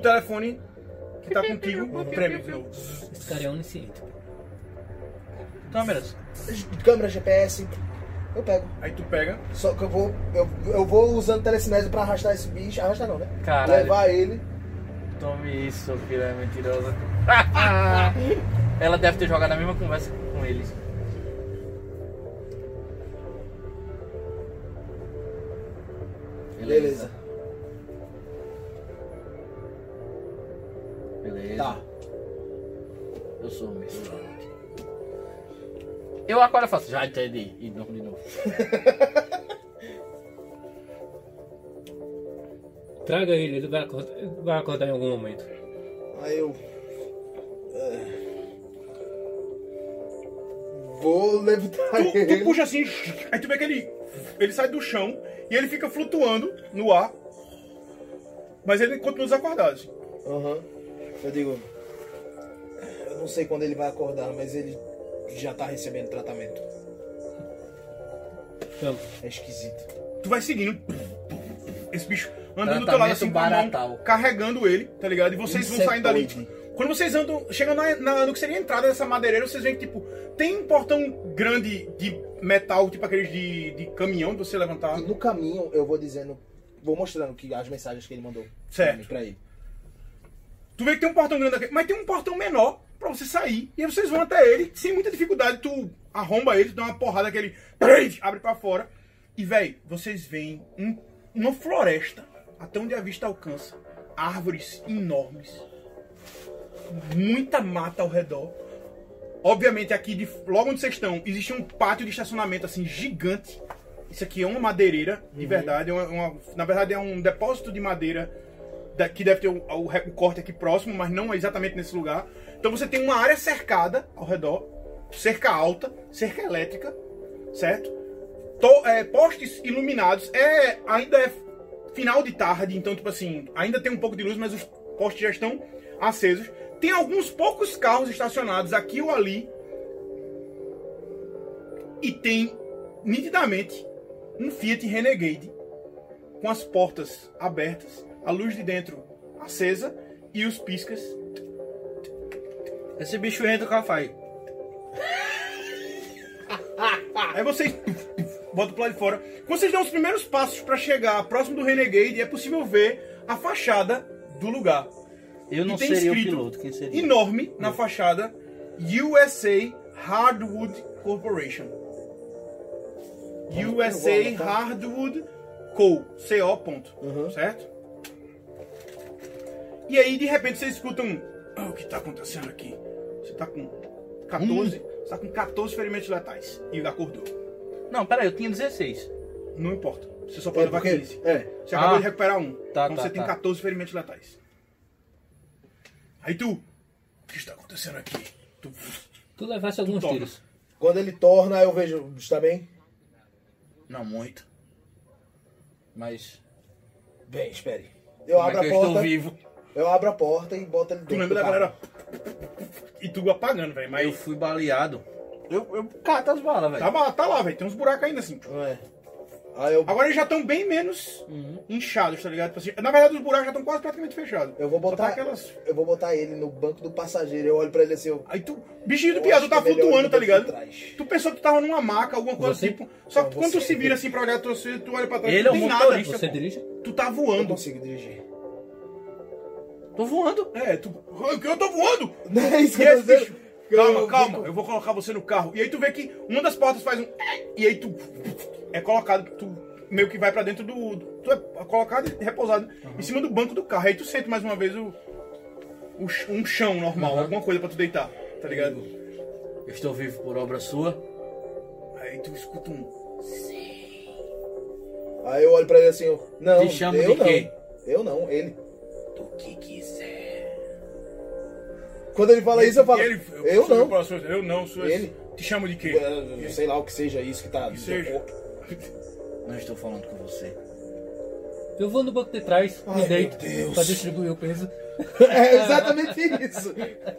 telefone que tá contigo treme de novo. Esse cara é onisciente. Então, Câmeras. Câmera GPS. Eu pego. Aí tu pega. Só que eu vou. Eu, eu vou usando telecinese pra arrastar esse bicho. Arrastar não, né? Caralho. Levar ele. Tome isso, piranha mentirosa. Ela deve ter jogado a mesma conversa com ele. Beleza. Beleza. Tá. Eu sou o mestre. Eu agora faço. Já entendi. E de novo, de novo. Traga ele, ele vai acordar, ele vai acordar em algum momento. Aí eu. é, Vou levitar Tu, tu ele. puxa assim, aí tu vê que ele, ele sai do chão e ele fica flutuando no ar. Mas ele continua desacordado. assim. Aham. Eu digo. Eu não sei quando ele vai acordar, mas ele já tá recebendo tratamento. Então, É esquisito. Tu vai seguindo. Esse bicho andando do teu lado Tratamento assim, com a baratal. é mão, carregando ele, tá ligado? E vocês vão saindo dali. tipo, Insetóide. Quando vocês andam, chegam na, na- no que seria a entrada dessa madeireira, vocês veem que, tipo, tem um portão grande de metal, tipo aqueles de, de caminhão, de você levantar. E Ah, no caminho eu vou dizendo. Vou mostrando que as mensagens que ele mandou. Certo. Pra ele. Tu vê que tem um portão grande aqui, mas tem um portão menor pra você sair. E aí vocês vão até ele, sem muita dificuldade, tu arromba ele, tu dá uma porrada que ele abre pra fora. E, véi, vocês veem um- uma floresta, até onde a vista alcança. Árvores enormes. Muita mata ao redor. Obviamente, aqui, de, logo onde vocês estão, existe um pátio de estacionamento, assim, gigante. Isso aqui é uma madeireira, de verdade. é uma- uma- na verdade, é um depósito de madeira da- que deve ter o, o re- o corte aqui próximo, mas não exatamente nesse lugar. Então você tem uma área cercada ao redor, cerca alta, cerca elétrica, certo? To- é, postes iluminados. É, ainda é final de tarde, então, tipo assim, ainda tem um pouco de luz, mas os postes já estão acesos. Tem alguns poucos carros estacionados aqui ou ali. E tem, nitidamente, um Fiat Renegade com as portas abertas, a luz de dentro acesa e os piscas. Esse bicho entra com a faia. Aí vocês botam pro lado de fora. Quando vocês dão os primeiros passos para chegar próximo do Renegade, é possível ver a fachada do lugar. Eu não E tem seria o escrito piloto, quem seria? Hum. Enorme na fachada USA Hardwood Corporation. USA tá? Hardwood Co. CO. Ponto, Uhum. Certo? E aí, de repente, vocês escutam um. "Ah, o que tá acontecendo aqui? Você tá com 14. Hum. Você tá com 14 ferimentos letais. E acordou. Não, peraí, eu tinha 16. Não importa. Você só pode levar 15. É. Você acabou Ah. de recuperar um. Tá, então tá, você tem tá. 14 ferimentos letais. Aí tu. O que está acontecendo aqui? Tu. tu levasse alguns Toma. tiros. Quando ele torna, eu vejo. Está bem? Não muito. Mas. Bem, espere. Eu como é abro que a eu porta. estou vivo? Eu abro a porta e boto ele Tu dentro. lembra do da carro. galera. E tu apagando, velho. Eu Mas. fui baleado. Eu, eu cato as balas, velho. Tá, ba- tá lá, velho. Tem uns buracos ainda assim. É. Aí eu, Agora eles já estão bem menos Uhum. inchados, tá ligado? Tipo assim, Na verdade, os buracos já estão quase praticamente fechados. eu vou Só botar. tá aquelas. Eu vou botar ele no banco do passageiro. Eu olho pra ele assim, eu. Aí tu. Bichinho do Eu piado, acho tu tá que é melhor flutuando, eu tá botar ligado? pra trás. Tu pensou que tu tava numa maca, alguma coisa Você? tipo. Só Não, que quando você. tu se vira assim pra olhar, tu, tu olha pra trás, Ele não é o tem nada. motorista. Você pô. dirige? Tu tá Eu voando. consigo dirigir. Tô voando. É, tu. "Ah, que Eu tô voando! Não é isso E que eu esse tô dizendo. bicho. Calma, calma, eu vou colocar você no carro. E aí tu vê que uma das portas faz um. E aí tu. É colocado, tu meio que vai pra dentro do. Tu é colocado e repousado em cima do banco do carro. Aí tu sente mais uma vez o. o ch- um chão normal, alguma coisa pra tu deitar, tá ligado? Eu estou vivo por obra sua. Aí tu escuta um. Aí eu olho pra ele assim, eu. Não, Te chamo eu de não. quê? Eu não, ele. Do que quiser. Quando ele fala isso, eu falo. E ele- eu sou não. meu próximo- Eu não, sou esse. Ele? Te chamo de quê? Eu- Sei lá o que seja isso que tá. Que seja. Não estou falando com você. Eu vou no banco de trás, Ai, me deito, meu Deus. pra distribuir o peso. É exatamente isso.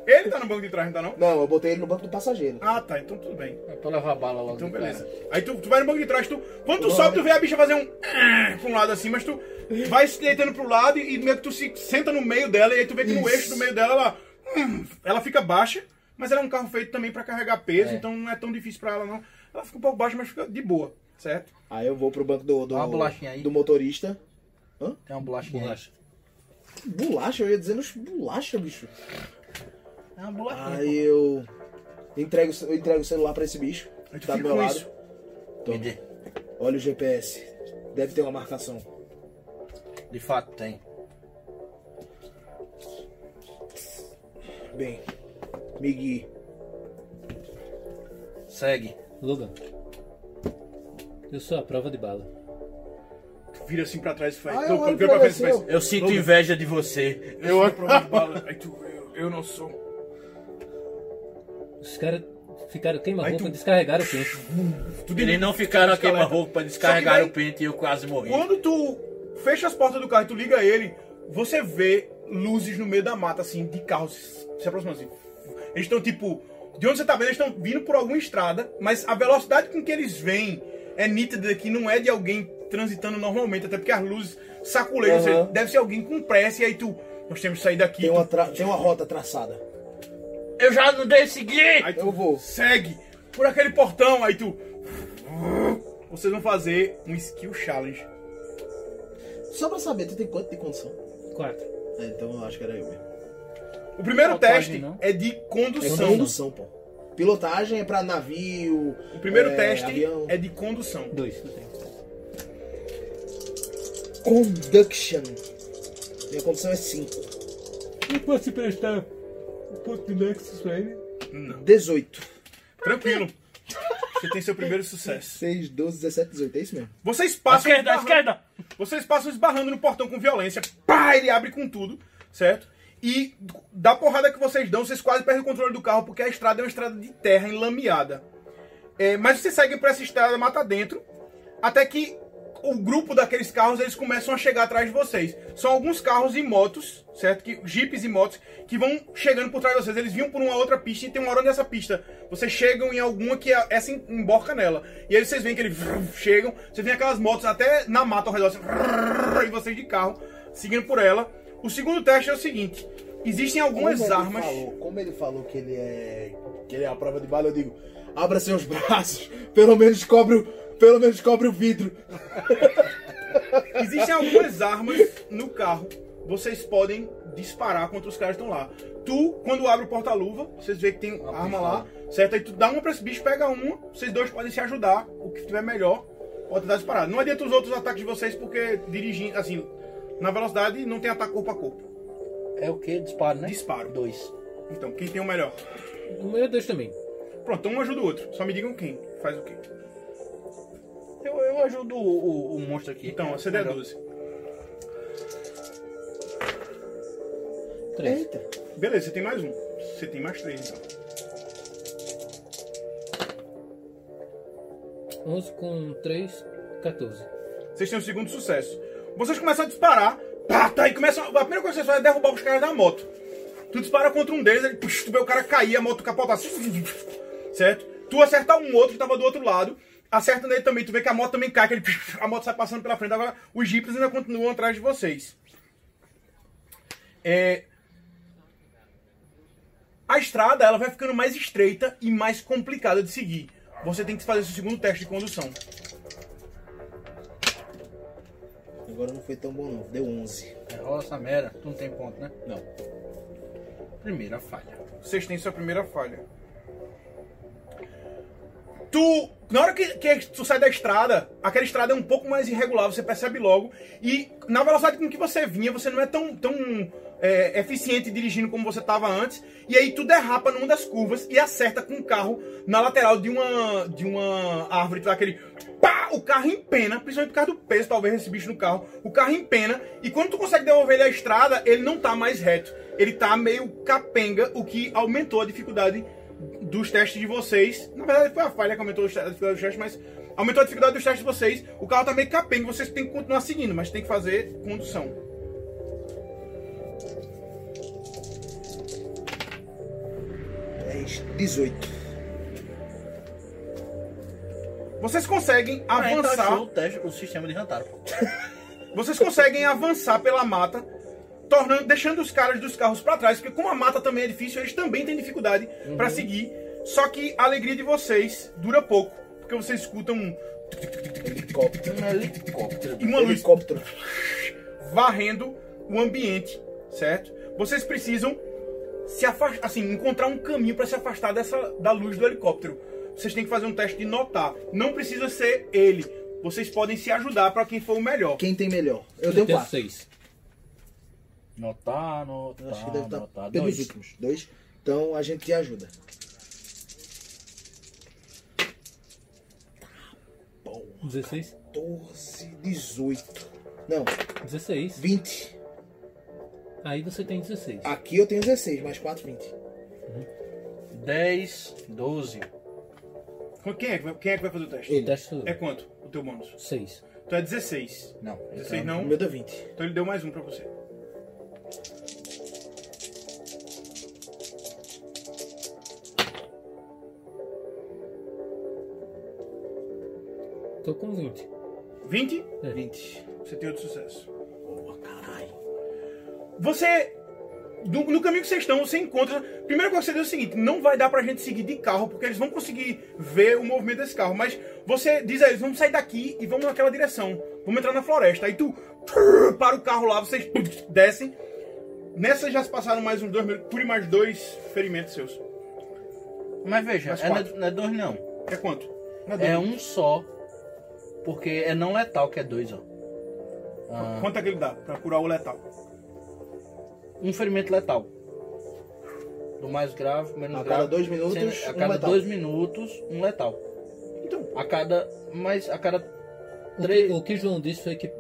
Ele tá no banco de trás, não tá não? Não, eu botei ele no banco do passageiro. Ah tá, então tudo bem. Eu tô levando a bala logo. Então de beleza. cara. Aí tu, tu vai no banco de trás, tu. Quando tu sobe, tu vê a bicha fazer um. Pra um lado assim, mas tu vai se deitando pro lado e, e meio que tu se senta no meio dela e aí tu vê que no eixo do meio dela ela, hum, ela fica baixa, mas ela é um carro feito também pra carregar peso, então não é tão difícil pra ela não. Ela fica um pouco baixa, mas fica de boa, certo? Aí eu vou pro banco do, Dá do, uma bolachinha aí. do motorista. Tem uma bolachinha Bolacha. Bolacha, eu ia dizendo bolacha, bicho. aí. É uma bolachinha. Aí eu entrego, eu entrego o celular pra esse bicho. Aí tu Tá do fica meu com lado. isso. Me Toma. dê. Olha o GPS. Deve ter uma marcação. De fato tem. Bem, me guie. Segue. Logan. Eu sou a prova de bala. Tu vira assim pra trás e faz. Ah, tu eu olho vira pra pra frente e faz. ele Eu sinto inveja de você. Eu olho pra onde bala. Aí tu, eu, eu não sou. Os caras ficaram queima-roupa, Aí tu- descarregaram o pente. Tu Eles não ficaram a queima-roupa, descarregaram o pente e eu quase morri. Quando tu fecha as portas do carro e tu liga ele, você vê luzes no meio da mata, assim, de carros se aproximando assim. Eles estão tipo. De onde você tá vendo, eles estão vindo por alguma estrada, mas a velocidade com que eles vêm é nítida, que não é de alguém transitando normalmente, até porque as luzes saculejam. ou Aham. seja, deve ser alguém com pressa, e aí tu. Nós temos que sair daqui. Tem tu- uma, tra- tem uma rota traçada. Eu já não decidi! Aí tu Eu vou. segue por aquele portão, aí tu. Vocês vão fazer um skill challenge. Só pra saber, tu tem quanto de condição? Quatro. É, então eu acho que era eu mesmo. O primeiro Contagem, teste não? é de É condução. condução, pô. Pilotagem é pra navio. O primeiro é, teste avião. é de condução. Dois. eu tenho. Conduction. Minha condição é 5. Eu posso emprestar um pouco de Nexus pra ele? 18. Tranquilo. Você tem seu primeiro sucesso. 6, 12, 17, 18. É isso mesmo? Vocês À passam. esquerda, à esbarrando- esquerda! Vocês passam esbarrando no portão com violência. Pá, ele abre com tudo, certo? E da porrada que vocês dão, vocês quase perdem o controle do carro, porque a estrada é uma estrada de terra enlameada. É, mas vocês seguem por essa estrada mata dentro, até que o grupo daqueles carros eles começam a chegar atrás de vocês. São alguns carros e motos, certo? Que, jipes e motos que vão chegando por trás de vocês. Eles vinham por uma outra pista e tem uma hora nessa pista. Vocês chegam em alguma que a- essa em- emborca nela. E aí vocês veem que eles vrum, chegam, vocês veem aquelas motos até na mata ao redor, assim, vrum, e vocês de carro seguindo por ela. O segundo teste é o seguinte: existem algumas ele armas. falou- como ele falou que ele é. que ele é a prova de bala, eu digo, abra seus braços, pelo menos cobre o. Pelo menos cobre o vidro. Existem algumas armas no carro. Vocês podem disparar contra os caras que estão lá. Tu, quando abre o porta-luva, vocês vê que tem arma lá, certo? Aí tu dá uma pra esse bicho, pega uma, vocês dois podem se ajudar. O que tiver melhor, pode dar disparado. Não adianta os outros ataques de vocês, porque dirigindo, assim, na velocidade não tem ataque corpo a corpo. É o que? Disparo, né? Disparo. Dois. Então, quem tem o melhor? O meu é dois também. Pronto, um ajuda o outro. Só me digam quem faz o quê. Eu, eu ajudo o, o, o monstro aqui. Então, a CD é 12. Três. Eita. Beleza, você tem mais um. Você tem mais três, então. Onze com três, 14. Vocês têm o segundo sucesso. Vocês começam a disparar. Pá, tá, e começam, a primeira coisa que vocês fazem é derrubar os caras da moto. Tu dispara contra um deles, ele, psh, tu vê o cara cair, a moto capotar. Certo? Tu acerta um outro que tava do outro lado. Acerta nele também, tu vê que a moto também cai, que ele, psh, a moto sai passando pela frente. Agora os jipes ainda continuam atrás de vocês. É, a estrada ela vai ficando mais estreita e mais complicada de seguir. Você tem que fazer seu segundo teste de condução. Agora não foi tão bom, não. Deu 11. Rola essa merda. Tu não tem ponto, né? Não. Primeira falha. vocês têm sua primeira falha. Tu, na hora que, que tu sai da estrada, aquela estrada é um pouco mais irregular, você percebe logo. E na velocidade com que você vinha, você não é tão, tão é, eficiente dirigindo como você estava antes. E aí tu derrapa numa das curvas e acerta com o carro na lateral de uma, de uma árvore. Tu dá aquele. Pá! O carro empena, principalmente por causa do peso, talvez, desse bicho no carro. O carro empena. E quando tu consegue devolver ele à estrada, ele não tá mais reto. Ele tá meio capenga, o que aumentou a dificuldade dos testes de vocês. Na verdade, foi a falha que aumentou os te- a dificuldade dos testes, mas aumentou a dificuldade dos testes de vocês. O carro tá meio capenga, vocês têm que continuar seguindo, mas tem que fazer condução. dez 18. Vocês conseguem Ah, então avançar. Ah, Então, achou então tipo, o, teste, o sistema de Rantaro, pô. Vocês conseguem avançar pela mata, tornando, deixando os caras dos carros pra trás, porque como a mata também é difícil, eles também têm dificuldade pra seguir. Só que a alegria de vocês dura pouco, porque vocês escutam um Helicóptero. É, Um helicóptero. E uma luz. Helicóptero. varrendo o ambiente, certo? Vocês precisam se afastar, assim, encontrar um caminho para se afastar dessa da luz do helicóptero. Vocês têm que fazer um teste de notar. Não precisa ser ele. Vocês podem se ajudar para quem for o melhor. Quem tem melhor? Eu tenho Tem quatro. seis. Notar, notar, Eu acho que Ah, deve estar notar. pelos Dois. últimos. Dois. Então a gente te ajuda. Porra, 16? 14, 18. Não, 16. 20. Aí você tem 16. Aqui eu tenho 16, mais 4, 20. 10, 12. Quem é, que vai- quem é que vai fazer o teste? Ele. Teste É quanto o teu bônus? 6. Então é 16. Não. 16 não. O meu deu 20. Então ele deu mais um pra você. Tô com É. 20. 20? 20. Você tem outro sucesso. Boa, caralho. Você. do- no caminho que vocês estão, você encontra. Primeiro que você diz é o seguinte: não vai dar pra gente seguir de carro, porque eles vão conseguir ver o movimento desse carro. Mas você diz a eles: vamos sair daqui e vamos naquela direção. Vamos entrar na floresta. Aí tu trrr, para o carro lá, vocês descem. Nessa já se passaram mais uns dois minutos, por mais dois ferimentos seus. Mas veja, Mais é, não, é, quatro. não é dois não. É quanto? Não É dois. um só. Porque é não letal que é dois, ó. Ah, Quanto é que ele dá pra curar o letal? um ferimento letal. Do mais grave, menos A grave. cada dois minutos, sendo- a um cada letal. dois minutos, um letal. Então, A cada. Mas a cada. O que, Três. o que João disse foi que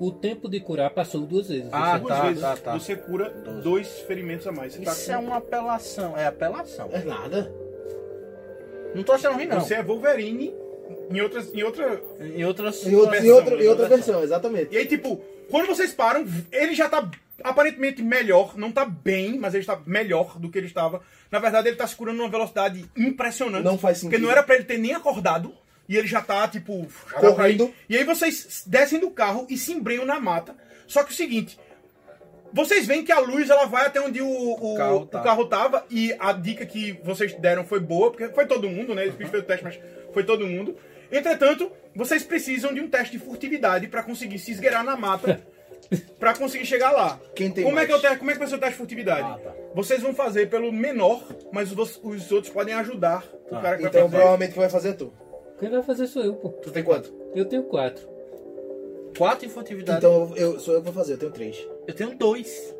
o tempo de curar passou duas vezes. Ah, duas tá, vezes tá, tá. você cura Doze. dois ferimentos a mais. Você, tá Isso com- é uma apelação. É apelação. É nada. Não tô achando ruim, não. você é Wolverine em, outras, em outra Em outras. Em, outro, em, Versão, outra, em outra outra versão, exatamente. E aí, tipo, quando vocês param, ele já tá aparentemente melhor, não tá bem, mas ele tá melhor do que ele estava. Na verdade, ele tá se curando numa velocidade impressionante. Não faz Porque sentido. não era pra ele ter nem acordado. E ele já tá, tipo, já Correndo. tá pra ir. E aí vocês descem do carro e se embrenham na mata. Só que é o seguinte. Vocês veem que a luz ela vai até onde o, o- o carro, carro tá. tava. E a dica que vocês deram foi boa, porque foi todo mundo, né? Eles fez o teste, mas foi todo mundo. Entretanto, vocês precisam de um teste de furtividade pra conseguir se esgueirar na mata. pra conseguir chegar lá. Quem tem como, é mais? que eu te- como é que vai ser o teste de furtividade? Ah, tá. Vocês vão fazer pelo menor, mas os, os outros podem ajudar o cara que vai Então fazer. provavelmente que vai fazer é tu. Quem vai fazer sou eu, pô. Tu tem quanto? Eu tenho quatro. Quatro em furtividade. Então eu, eu- sou eu que vou fazer, eu tenho três. Eu tenho dois.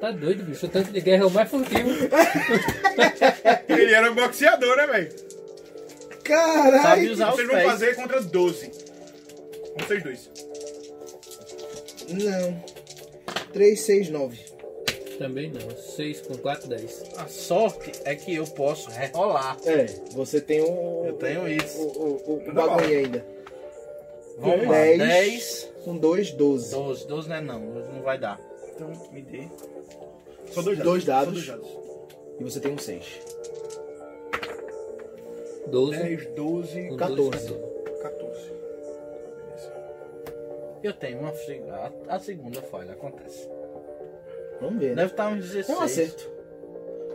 Tá doido, bicho. O tanque de guerra é o mais furtivo. Ele era boxeador, né, velho? Sabe Caralho! usar os Vocês vão pés. fazer contra 12. Vocês dois. Não. Três, seis, nove. Também não. Seis com quatro, dez. A sorte é que eu posso rerolar. É, você tem o. Eu tenho isso. Então tá O, o, o, o bagulho ainda. Vamos lá. Dez. 10, Um, dois, doze. 12. 12 não é não. 12 não vai dar. Então, me dê. Só dois dados. Dois dados. Só dois dados. E você tem um seis. Doze. 10, É, 12, com 14. 12. 14. Eu tenho uma. fi- a- A, segunda falha, acontece. Vamos ver. Né? Deve estar uns É 16. um acerto.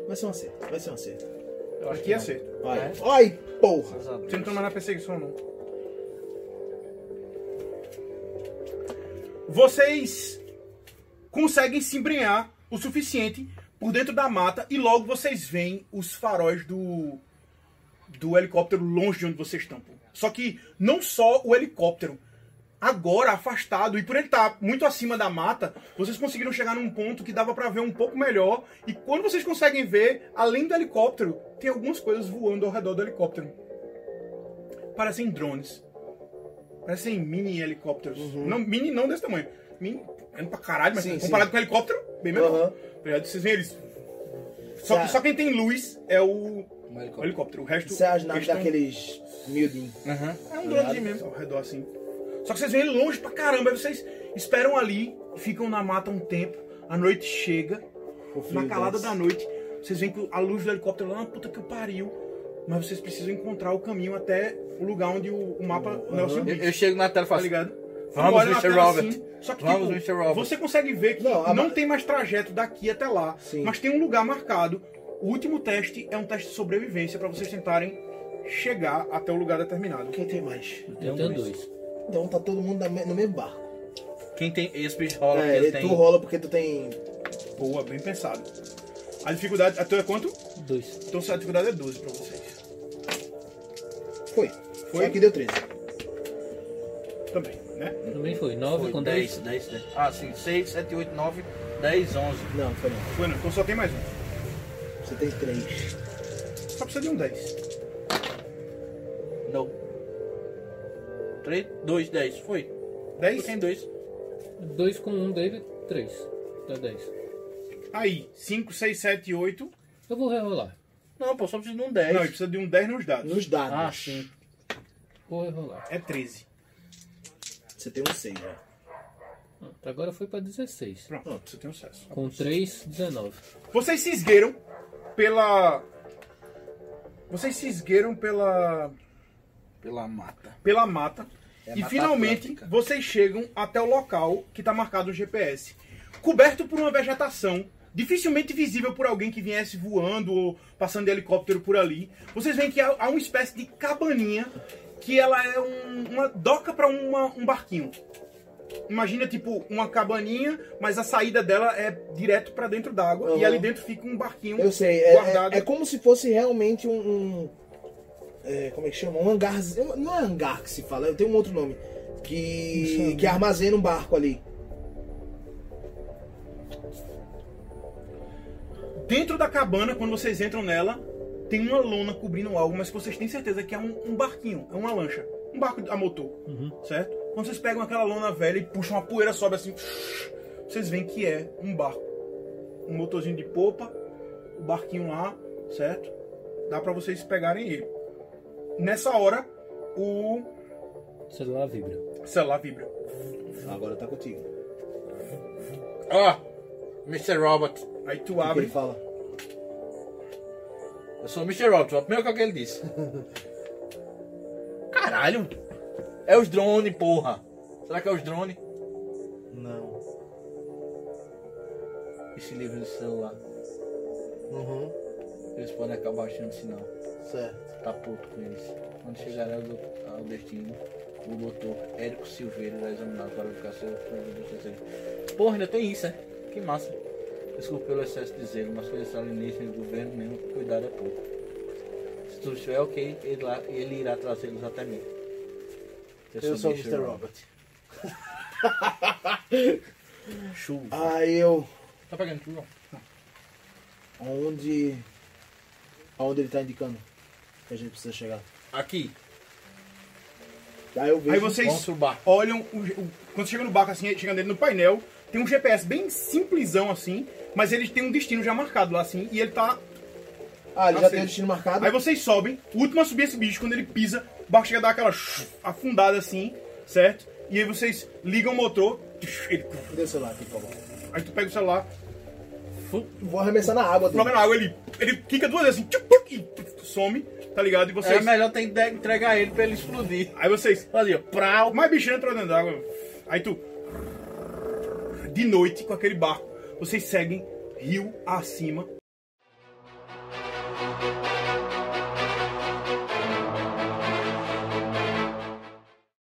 Vai ser um acerto. Vai ser um acerto. Eu acho Aqui é não. certo. Vai. É. Ai, porra! Graças a Deus. Você não tá mais na perseguição, não. Vocês conseguem se embrenhar o suficiente por dentro da mata e logo vocês veem os faróis do do helicóptero longe de onde vocês estão. pô. Só que não só o helicóptero, agora afastado e por ele estar muito acima da mata, vocês conseguiram chegar num ponto que dava pra ver um pouco melhor e quando vocês conseguem ver, além do helicóptero, tem algumas coisas voando ao redor do helicóptero. Parecem drones. Parecem mini helicópteros. Não, mini não desse tamanho. Mini, é pra caralho, mas Uhum. Sim, comparado sim. com helicóptero, bem menor. Aham. Tá ligado? Vocês veem eles. Só, Tá. só quem tem luz é o Um o helicóptero. helicóptero. O resto. Isso é as eles naves tão- daqueles miudinhos. Aham. É um dronezinho mesmo. Ao redor assim. Só que vocês veem ele longe pra caramba. Aí vocês esperam ali, ficam na mata um tempo. A noite chega. Fofinho, Na calada desse. é da noite, vocês veem que a luz do helicóptero lá na puta que "Ah, o pariu. mas vocês precisam encontrar o caminho até o lugar onde o, o mapa o Nelson Eu, Beach, eu chego na tela e tá faço. ligado? Vamos, Tu olha na Mr. tela Robert. só que, Vamos, tipo, Mr. Robert. Você consegue ver que Não, não, a- tem mais trajeto daqui até lá, Sim. mas tem um lugar marcado. O último teste é um teste de sobrevivência pra vocês tentarem chegar até o lugar determinado. Quem tem É mais? um Eu tenho dois. Então tá todo mundo na me- no mesmo barco. Quem tem. Esse bicho rola, É, porque e tem. tu rola porque tu tem. Boa, bem pensado. A dificuldade, a tua é quanto? Dois. Então a dificuldade é 12 pra vocês. Foi. Foi? Foi aqui deu 13. Também, né? Também foi. Nove Foi com dez. 10, 10, 10. Ah, sim. 6, 7, 8, 9, 10, 11. Não, foi não. Bueno, então só tem mais um. Você tem 3. Só precisa de um 10. Não. 3, 2, 10. Foi. Tu 10? tem 2. Dois com um dele, três. Dá dez. Aí, 5, 6, 7, 8. Eu vou rerolar. Não, pô, só preciso de um Não, ele 10. precisa de um 10 nos dados. Nos dados. Ah, sim. Vou rerolar. É 13. Você tem um 6 já. Pronto, Agora foi pra 16. Pronto, você tem um sucesso. Com 3, 19. Vocês se esgueiram pela. Vocês se esgueiram pela. Pela mata. pela mata. É a e Mata finalmente Atlântica. vocês chegam até o local que está marcado no GPS. Coberto por uma vegetação, dificilmente visível por alguém que viesse voando ou passando de helicóptero por ali. Vocês veem que há, há uma espécie de cabaninha que ela é um- uma doca para um barquinho. Imagina, tipo, uma cabaninha, mas a saída dela é direto para dentro d'água. E Uhum. ali dentro fica um barquinho Eu sei, é, guardado. é, é como se fosse realmente um. um, é, como é que chama? Um hangar. Não é hangar que se fala, tem um outro nome. Que, que armazena um barco ali. Dentro da cabana, quando vocês entram nela, tem uma lona cobrindo algo, mas que vocês têm certeza que é um, um barquinho, é uma lancha. Um barco a motor, Uhum. certo? Quando vocês pegam aquela lona velha e puxam a poeira, sobe assim, vocês veem que é um barco. Um motorzinho de popa, o barquinho lá, certo? Dá pra vocês pegarem ele. Nessa hora, o O celular vibra. celular vibra. Agora tá contigo. O Ó, Mr. Robert. Aí tu que abre. ele fala? Eu sou o Mr. Robert, foi a primeira coisa que ele disse. Caralho! É os drones, porra! Será que é os drones? Não. Esse livro do celular. Uhum. Eles podem acabar achando sinal. Certo. Tá puto com eles. Quando chegará ao, do- ao destino, o doutor Érico Silveira irá examinar para verificar seu serviço. Porra, ainda tem isso, né? Que massa. Desculpe pelo excesso de zelo, mas coisas alienígenas do governo mesmo, cuidado é pouco. Se tudo estiver ok, ele, lá, ele irá trazê-los até mim. é Eu sou o Mr. Robert. Chuva. Aí eu. Tá pegando tudo? Onde. Aonde ele tá indicando que a gente precisa chegar? Aqui, Aí eu vejo. Aí vocês vamos pro barco. olham, o- o- quando chega no barco assim, chegando ele no painel, tem um GPS bem simplesão assim, mas ele tem um destino já marcado lá assim, e ele tá. Ah, ele já Assim. tem o destino marcado? Aí vocês sobem, o último a subir esse bicho, quando ele pisa, o barco chega a dar aquela shuf, afundada assim, certo? E aí vocês ligam o motor, tch, ele- Cadê o celular aqui, por favor? aí tu pega o celular, Vou arremessar na água dele. joga na água, ele, ele quica duas vezes assim, tchup, tchup, e tch, some, tá ligado? E É vocês. melhor ter de- entregar ele pra ele explodir. Aí vocês. Olha, ali, ó, prau. Mas bicho entrou dentro d'água. Aí tu. De noite, com aquele barco, vocês seguem rio acima